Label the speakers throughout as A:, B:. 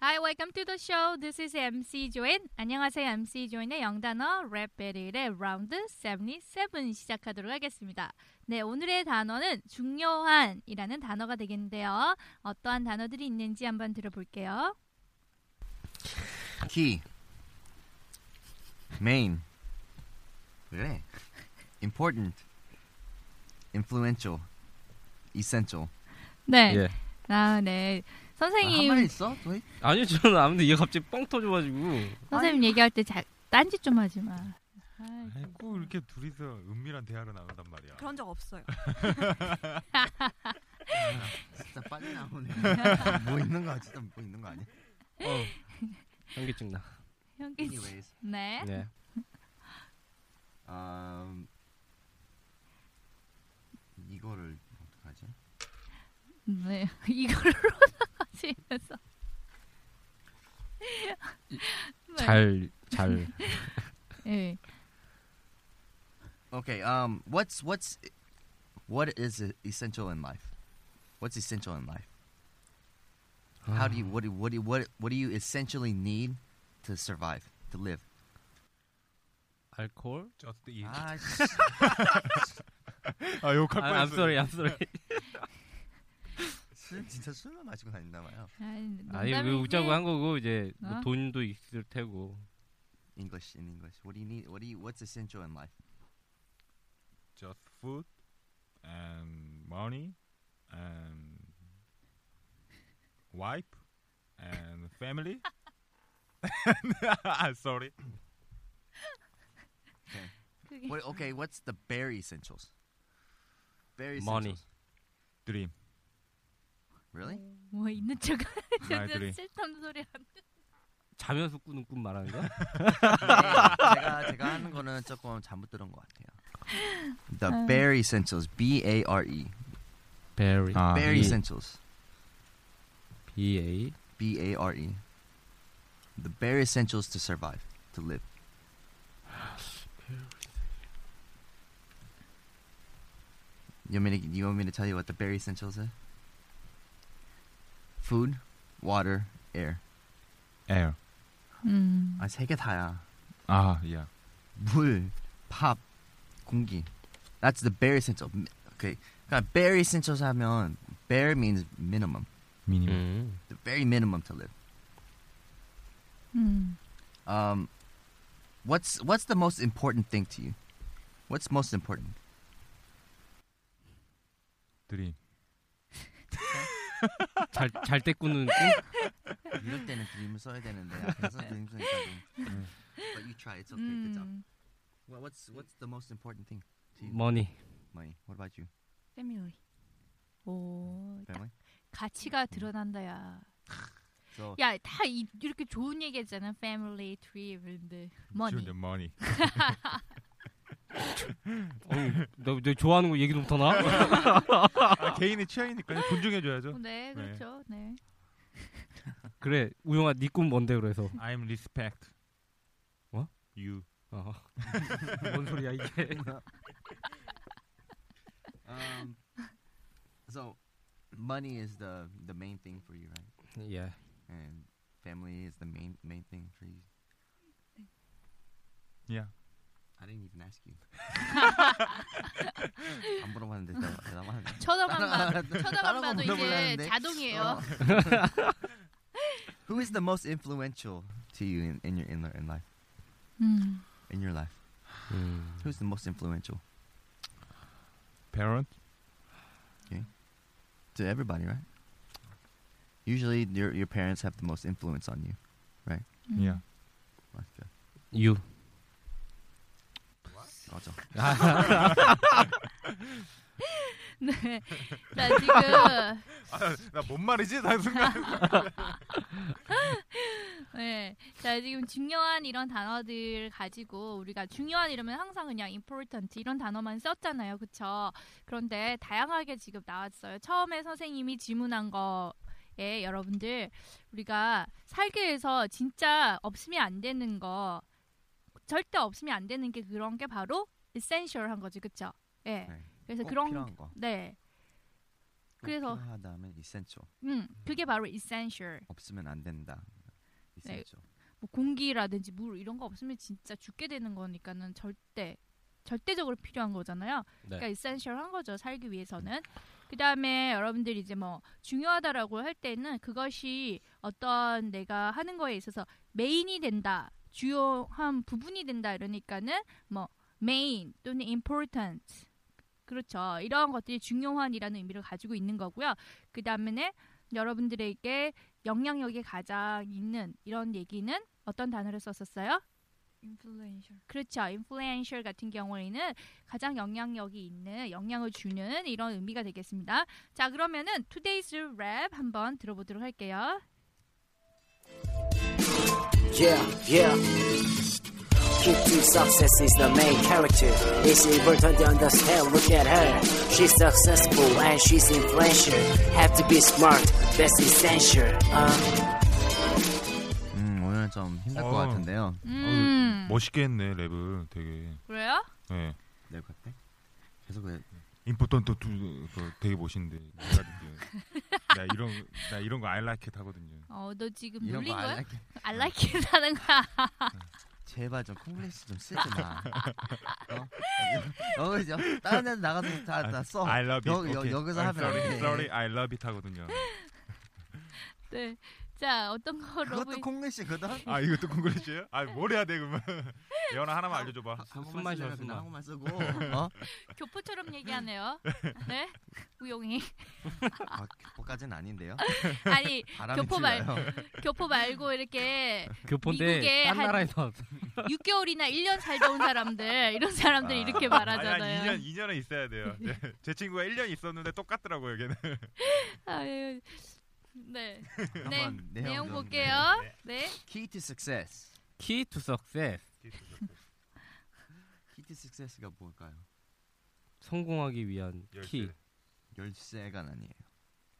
A: Hi, welcome to the show. This is MC 조인. 안녕하세요, MC 조인의 영단어 랩 배틀의 라운드 77 시작하도록 하겠습니다. 네, 오늘의 단어는 중요한이라는 단어가 되겠는데요. 어떠한 단어들이 있는지 한번 들어볼게요.
B: 키 메인 왜 important influential essential
A: 네,
C: 예. 아,
A: 아, 네. 선생님,
B: 한말 있어? 도희?
C: 아니요, 저는 아무데 이게 갑자기 뻥 터져가지고.
A: 선생님 얘기할 때 자, 딴짓 좀 하지 마. 아이,
D: 아이, 꼭 이렇게 둘이서 은밀한 대화를 나눈단 말이야.
E: 그런 적 없어요.
B: 진짜 빨리 나오네. 뭐 있는 거야? 진짜 뭐 있는 거 아니야?
C: 어. 현기증 나.
A: 형기 씨.
B: Anyways,
A: 네.
C: 네.
B: um, 이거를 어떡하지?
A: 네, 이걸로 나가지 면서
C: 잘, 잘.
A: 예.
B: Okay. Um, what's what's what is e-, essential in life? What's essential in life? How do you what do what do what what do you essentially need to survive to live?
C: 알코올?
D: Just eat.
B: 아, 씨.
D: 아 욕할
C: 아, I'm
D: 뻔했어.
C: sorry, I'm sorry.
B: 술 진짜 술만 마시고 다닌다 봐요.
A: 아니, 네.
C: 아니, 왜 웃자고 한 거고, 이제 뭐
A: 어?
C: 돈도 있을 테고.
B: English in English. What do you need? What do you what's essential in life?
D: Just food and money and wife and family. I'm sorry.
A: 그게
B: What, okay, what's the bare essentials? Bare
C: Money.
B: essentials.
D: Dream.
B: Really?
A: 뭐 있는 척
D: 아이들이.
A: 하는 쓸데없는 소리 하는
C: 자면서 꾸는 꿈 말하는 거야?
B: 제가 제가 하는 거는 조금 잘못 들은 것 같아요. The bare essentials. B A R E.
C: Berry.
F: 아,
B: Bare
C: 이-
B: essentials.
C: B-A.
B: B A R E. The bare essentials to survive, to live. You want me to, you want me to tell you what the bare essentials are? Food, water, air.
D: Air.
A: 음.
B: 아, 세개 다야.
D: 아, yeah.
B: 물, 밥, 공기. That's the bare essential. Okay. 그러니까 bare essentials 하면 bare means minimum.
D: Minimum.
C: 음.
B: The very minimum to live.
A: 음.
B: Um, what's what's the most important thing to you? What's most important?
D: Dream.
C: 잘, 잘 때 꾸는 꿈?
B: 이럴 때는 드림을 써야 되는데 앞에서 드림 쓰니까 좀. But you try. It's okay. Good job.
A: 음.
B: Well, what's what's the most important thing to you?
C: Money.
B: Money. What about you,
A: 패밀리. 오, 딱
B: family?
A: 가치가 드러난다야.
B: So
A: 야, 다 이, 이렇게 좋은 얘기했잖아. family, tree, 근데 money.
D: The money.
C: 어, 너, 너 좋아하는 거 얘기도 못하나?
D: 아, 개인의 취향이니까 존중해줘야죠.
A: 네, 그렇죠. 네.
C: 그래, 우영아, 네 꿈 뭔데, 그래서.
D: I'm respect.
C: 뭐?
D: You.
C: 어. 뭔 소리야, 이게.
B: Um, so, money is the the main thing for you, right?
C: Yeah.
B: And family is the main main thing for you.
D: Yeah.
B: I didn't even ask you. 안 물어봤는데 나- 나 말하네.
A: 쳐다만
B: 따라-
A: 봐도 쳐다만
B: 따라가
A: 봐도 이제
B: 물어보려는데.
A: 자동이에요.
B: 어. Who is the most influential to you in, in your in, in life?
A: 음.
B: In your life,
C: 음.
B: who's the most influential
D: Parent?
B: to everybody, right? Usually, your your parents have the most influence on you.
A: 음.
D: Yeah.
B: Like, uh,
C: You.
B: 맞아.
A: 네. 나 지금
D: 나 뭔 말이지? 나 순간.
A: 네. 자, 지금 중요한 이런 단어들 가지고 우리가 중요한 이러면 항상 그냥 important 이런 단어만 썼잖아요. 그쵸? 그런데 다양하게 지금 나왔어요. 처음에 선생님이 질문한 거에 여러분들 우리가 살기 위해서 진짜 없으면 안 되는 거 절대 없으면 안 되는 게 그런 게 바로 essential한 거지. 그쵸? 예.
B: 네.
A: 그래서
B: 꼭
A: 그런
B: 필요한 거.
A: 네.
B: 꼭
A: 그래서-
B: 필요하다면 essential.
A: 음, 그게 바로 essential.
B: 없으면 안 된다.
A: 네.
B: essential.
A: 뭐 공기라든지 물 이런 거 없으면 진짜 죽게 되는 거니까는 절대 절대적으로 필요한 거잖아요. 그러니까 에센셜한 거죠. 살기 위해서는. 그다음에 여러분들이 이제 뭐 중요하다라고 할 때는 그것이 어떤 내가 하는 거에 있어서 메인이 된다. 주요한 부분이 된다 이러니까는 뭐 메인 또는 important 그렇죠. 이러한 것들이 중요한이라는 의미를 가지고 있는 거고요. 그다음에 여러분들에게 영향력이 가장 있는 이런 얘기는 어떤 단어를 썼었어요?
G: 인플루엔셜.
A: 그렇죠. influential 같은 경우에는 가장 영향력이 있는, 영향을 주는 이런 의미가 되겠습니다. 자, 그러면은 today's rap 한번 들어보도록 할게요.
E: Yeah, yeah. Keep to success is the main character. It's important to understand. Look at her. She's successful and she's influential. Have to be smart. That's essential. Uh,
B: 음, 오늘은 좀 힘들 것
D: 어.
B: 같은데요.
A: 네. 음,
D: 멋있게 했네 랩을 되게.
A: 그래요?
D: 네.
B: 내일 같아? 계속 그
D: 임포턴트 투 그거 되게 멋있는데. 내가 느껴요. 나 이런 나 이런 거 I like it 하거든요.
A: 어, 너 지금
B: 이런
A: 놀린
B: 거
A: 거야?
B: 안 할게. 어.
A: I like it 하는 거야.
B: 제발 좀 콩글리시 좀 쓰지 마. 어? 어, 그죠? 다른 데서 나가서 다, 다 써.
D: 아, I love it.
B: 어, 여, 여,
D: 오케이.
B: 여기서
D: I'm
B: 하면 안
D: sorry,
B: 돼.
D: sorry, I love it 하거든요.
A: 네. 자, 어떤 거 러브
B: 그것도 콩글리시거든?
D: 아 이것도 콩글리시예요? 아뭘 해야 돼 그러면? 예원아 하나만 알려줘봐.
C: 숨만
B: 쓰려면
C: 쉬어, 숨만.
B: 한국만 쓰고. 어?
A: 교포처럼 얘기하네요. 네? 우용이.
B: 아, 교포까지는 아닌데요.
A: 아니,
B: 바람이
A: 교포
B: 교포
A: 말-
B: 말.
A: 교포 말고 이렇게 미국의
C: 교포인데 딴
A: 한-
C: 나라에서 왔어.
A: 6개월이나 1년 살다 온 사람들, 이런 사람들이
D: 아.
A: 이렇게
D: 아니,
A: 말하잖아요.
D: 한 2년 2년은 있어야 돼요. 네. 제 친구가 1년 있었는데 똑같더라고요, 걔는.
A: 아유. 예. 네. 네.
B: 한번 내용
A: 내용
B: 좀-
A: 볼게요. 네.
B: Key to success.
C: Key to success.
B: Key to success가 뭘까요?
C: 성공하기 위한 키.
B: 열쇠가 아니에요.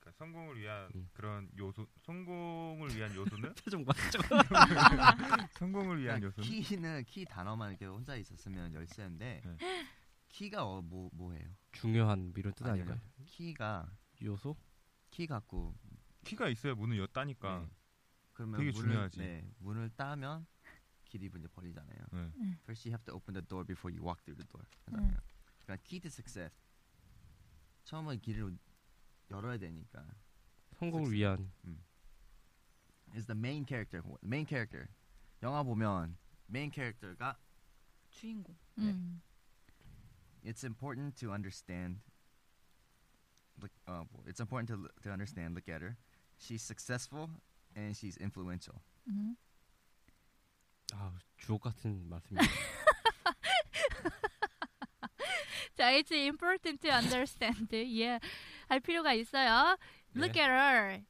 D: 그러니까 성공을 위한
C: 음.
D: 그런 요소, 성공을 위한 요소는
C: 표정 봐.
D: 성공을 위한 요소는
B: 아, 키는 키 그러니까 단어만 이렇게 혼자 있었으면 열쇠인데
D: 네.
B: 키가 어, 뭐 뭐예요?
C: 중요한 이런 뜻
B: 아니요.
C: 아닌가요?
B: 키가
C: 요소?
B: 키 갖고
D: 키가 있어야 문을 였다니까.
C: 음.
B: 네. 그러면
D: 되게
B: 문을,
D: 중요하지.
B: 네, 문을 따면 길이 이제 벌리잖아요.
D: 네.
B: First you have to open the door before you walk through the door. 하잖아요. 그러니까 key to success. 처음에 길을 열어야 되니까
C: 성공을 위한
B: is the main character. main character. 영화 보면 main character가
G: 주인공.
A: 음.
B: it's important to understand. Look, uh, w- it's important to l- to understand. Look at her. She's successful and she's influential.
A: 음.
C: 아, 주옥 같은 말씀이에요.
A: 자, it's important to understand. 예. 알 필요가 있어요. Look at her.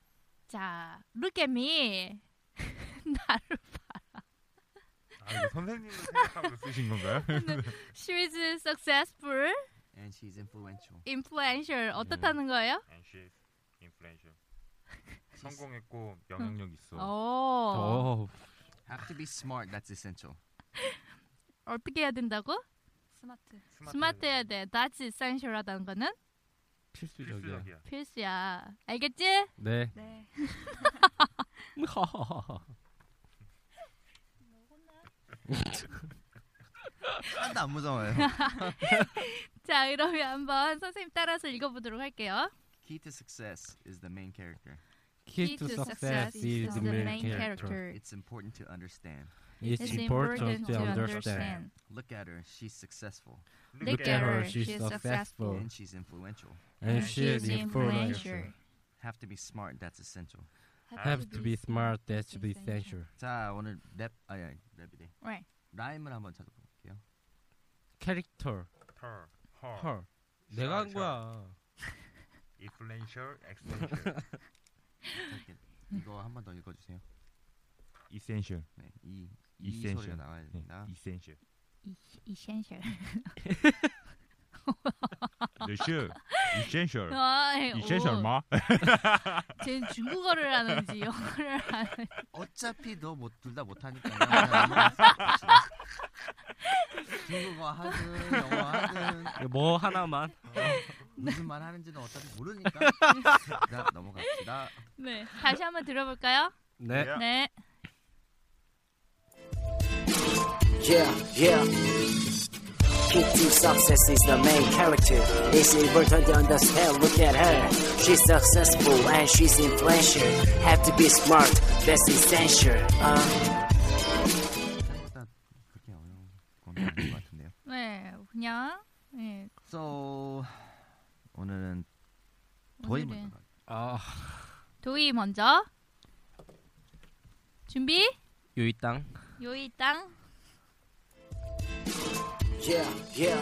A: 자, look at me. 나를
D: 아, 이거 선생님을 생각하고 쓰신 건가요?
A: she is successful,
B: And she's influential.
A: influential. 어떻다는 거예요?
D: And she's influential. 성공했고 영향력 있어.
A: 어.
C: 어.
B: Have to be smart. That's essential.
A: 어떻게 해야 된다고?
G: 스마트.
A: 스마트해야 돼. That's essential하다는 거는
C: 필수적이야.
A: 필수야. 알겠지?
C: 네.
A: 네.
B: 하나도 안 무서워요.
A: 자, 그러면 한번 선생님 따라서 읽어보도록 할게요.
B: Key to success is the main character.
C: Key to success is the main character.
B: It's important to understand.
C: It's important to understand.
B: Look at her, she's successful
C: Look at her, she's
D: 어.
C: successful.
B: and she's influential.
C: And she is influential.
B: Have to be smart, that's essential.
C: Have to be smart, that should be essential.
B: 자, 오늘 랩 아니 아니 랩이 돼.
A: Right.
B: 라임을 한번 찾아볼게요.
C: 캐릭터. 헐. 내가 한 거야.
D: Influential, essential.
B: 이렇게 이거 한 번 더 읽어주세요.
D: essential.
B: 네, 이, 이
D: Essential.
B: 소리가 나와야
D: 네,
B: 됩니다.
D: essential.
A: Essential.
D: 네, sure. essential.
B: 어.
A: 아, 예,
D: essential
A: 오.
D: 마.
A: 쟤는 중국어를 하는지 영어를 하는지.
B: 어차피 너못둘다 못하니까 그냥 합시다. 중국어 하든 영어 하든
C: 뭐 하나만.
B: 무슨 말 하는지는 어차피 모르니까 자, 넘어갑시다.
A: 네. 다시 한번 들어볼까요?
C: 네.
A: 네.
E: Yeah, yeah. Key to success is the main character. It's important to understand. Look at her. She's successful and she's influential. Have to be smart. That's essential. Uh,
B: 생각보다 그렇게 어려운 건 아닌 것 같은데요.
A: 네. 그냥 네.
B: So 오늘은 더이
A: 오늘은
B: 먼저
C: 아,
A: 도희 먼저. 준비?
C: 요이 땅.
A: 요이 땅.
E: yeah, yeah.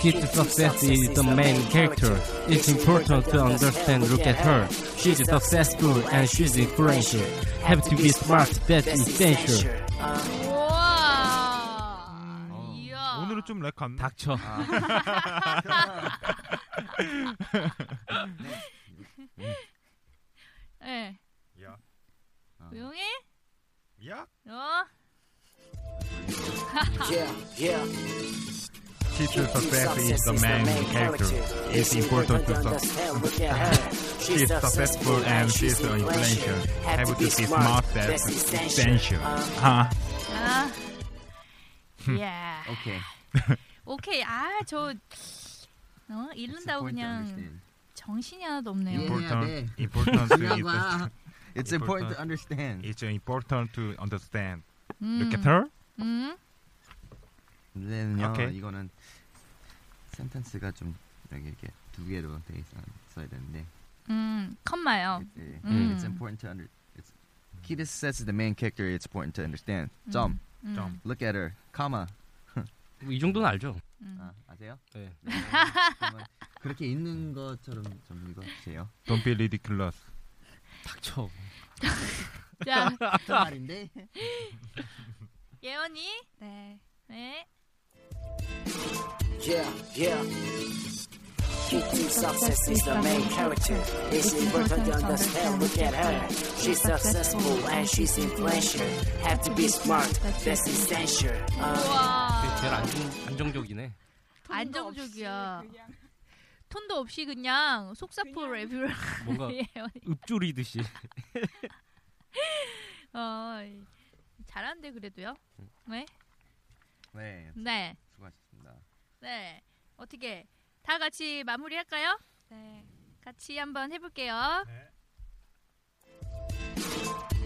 C: Key to success is the main character. It's important to understand. Look at her. She's successful and she's influential. Have to be smart. That's essential.
E: Uh,
A: 우와.
B: 어.
A: 이야.
D: 음. 오늘은 좀 렉한.
C: 닥쳐.
A: 네.
D: 야. 아.
A: 조용히.
D: 야.
A: 어.
E: yeah, yeah.
D: Key to success is the main character. It's
E: It's
D: important
E: important
D: to
E: to
D: success.
E: understand. Look at her.
D: She's successful and she's influential. Have to be smart. That's essential. 아.
A: 아. 야.
D: 어.
B: 오케이.
A: 오케이. 아, 저 어, 읽는다고 그냥 정신이 하나도 없네요.
B: 예.
D: Important.
B: 네.
D: Important.
B: 중요한 거야. It's important
D: important
B: to understand.
D: It's important to understand.
A: 음.
D: Look at her.
A: 음.
B: 근데는요
D: 오케이.
B: 이거는 센텐스가 좀 여기 이렇게 두 개로 돼 있어 써야 되는데.
A: 음. 컴마요.
B: 예, 예.
A: 음.
B: It's important to under. It's Kid is says is the main character. It's important to understand. 점.
A: 음.
D: 점.
B: Look at her. comma.
C: 이 정도는 알죠.
A: 음.
B: 아, 아세요?
C: 네.
B: 네. 그러면 그렇게 있는 것처럼 좀 읽어주세요.
D: Don't be ridiculous.
C: 닥쳐.
A: 자,
B: 그 말인데.
A: 예원이. 네. 네.
E: Yeah, yeah. Kitty success is the main character. It's important to understand. Look at her. She's successful and she's influential. Have to be smart. That's essential. Uh,
C: 근데 제일
A: 우와.
C: 안정, 안정적이네.
A: 안정적이야. 톤도 없이 그냥 속사포 레뷰를
C: 뭔가
A: 예원이.
C: 읍조리듯이.
A: 어. 잘하는데 그래도요. 네.
B: 네,
A: 네.
B: 수고하셨습니다.
A: 네. 어떻게 다 같이 마무리할까요? 네. 같이 한번 해볼게요.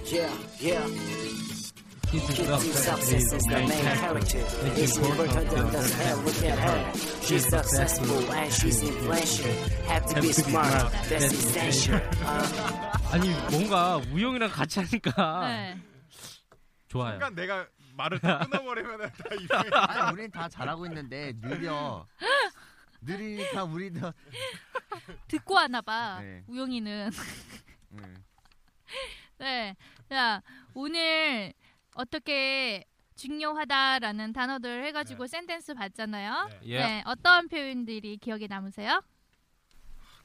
E: yeah, yeah.
C: Key to
E: Kitty
C: success
E: success
C: is
E: is
C: the
E: the
C: main
E: main
C: character.
E: character. It's important to understand. Look at her. She's successful and she's influential. Have to be smart. That's essential. Uh,
C: 아니 뭔가 우영이랑 같이 하니까
A: 네.
C: 좋아요.
D: 순간 내가 말을 다 끊어버리면 다 이상해.
B: 아니, 우린 다 잘하고 있는데 느려. 느리니까 우리도.
A: 듣고 하나 봐.
B: 네.
A: 우영이는.
B: 음.
A: 네. 자, 오늘 어떻게 중요하다라는 단어들 해가지고 센텐스 봤잖아요.
D: 네.
A: 네.
C: 예.
A: 어떤 표현들이 기억에 남으세요?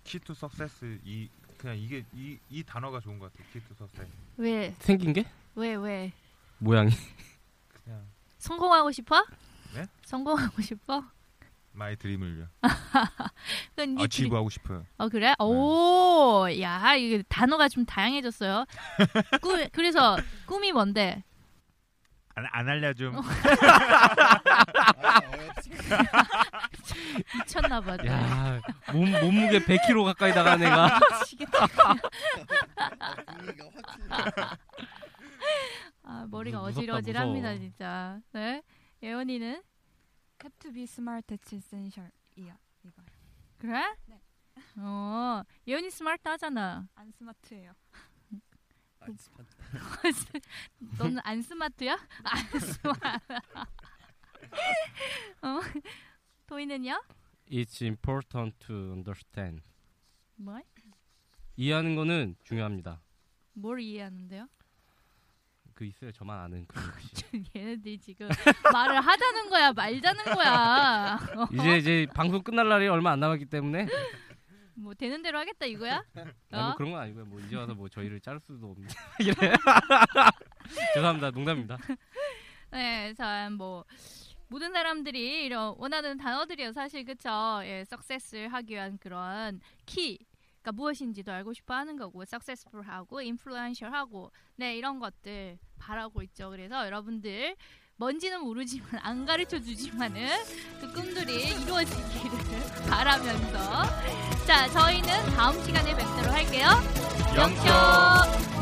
D: Key to success 이 그냥 이게 이, 이 단어가 좋은 것 같아. Key to success.
A: 왜?
C: 생긴 게
A: 왜? 왜?
C: 모양이.
D: 그냥
A: 성공하고 싶어?
D: 네?
A: 성공하고 싶어?
D: 마이 드림을요.
A: 그건 이
D: 어치브 하고 싶어요.
A: 어 그래? 오, 야 이게 단어가 좀 다양해졌어요. 꿈 그래서 꿈이 뭔데?
D: 안, 안 알려줌.
A: 미쳤나 봐.
C: 야, 몸, 몸무게 100kg 가까이 나간 애가.
A: 미치겠다. 아 머리가
C: 무섭다,
A: 어질어질합니다
C: 무서워.
A: 진짜. 네 예원이는
H: Have to be smart. It's essential. 이야 이거.
A: 그래?
H: 네.
A: 어 예원이 스마트 하잖아. 그
H: 안 스마트해요.
A: 너는 안 스마트야? 안 스마트. 어 도희는요?
C: It's important to understand.
A: 뭐?
C: 이해하는 거는 중요합니다.
A: 뭘 이해하는데요?
C: 그 있어요. 저만 아는 그런 것이.
A: 얘네들이 지금 말을 하자는 거야 말자는 거야. 어,
C: 이제 이제 방송 끝날 날이 얼마 안 남았기 때문에
A: 뭐 되는 대로 하겠다 이거야?
C: 아니,
A: 어?
C: 뭐 그런 건 아니고요. 뭐 이제 와서 뭐 저희를 자를 수도 없는 이래. 죄송합니다. 농담입니다.
A: 네, 참뭐 모든 사람들이 이런 원하는 단어들이요 사실 그쵸? 예, success를 하기 위한 그런 키. 가 무엇인지도 알고 싶어 하는 거고 successful 하고 influential 하고 네 이런 것들 바라고 있죠 그래서 여러분들 뭔지는 모르지만 안 가르쳐 주지만은 그 꿈들이 이루어지기를 바라면서 자 저희는 다음 시간에 뵙도록 할게요 영쇼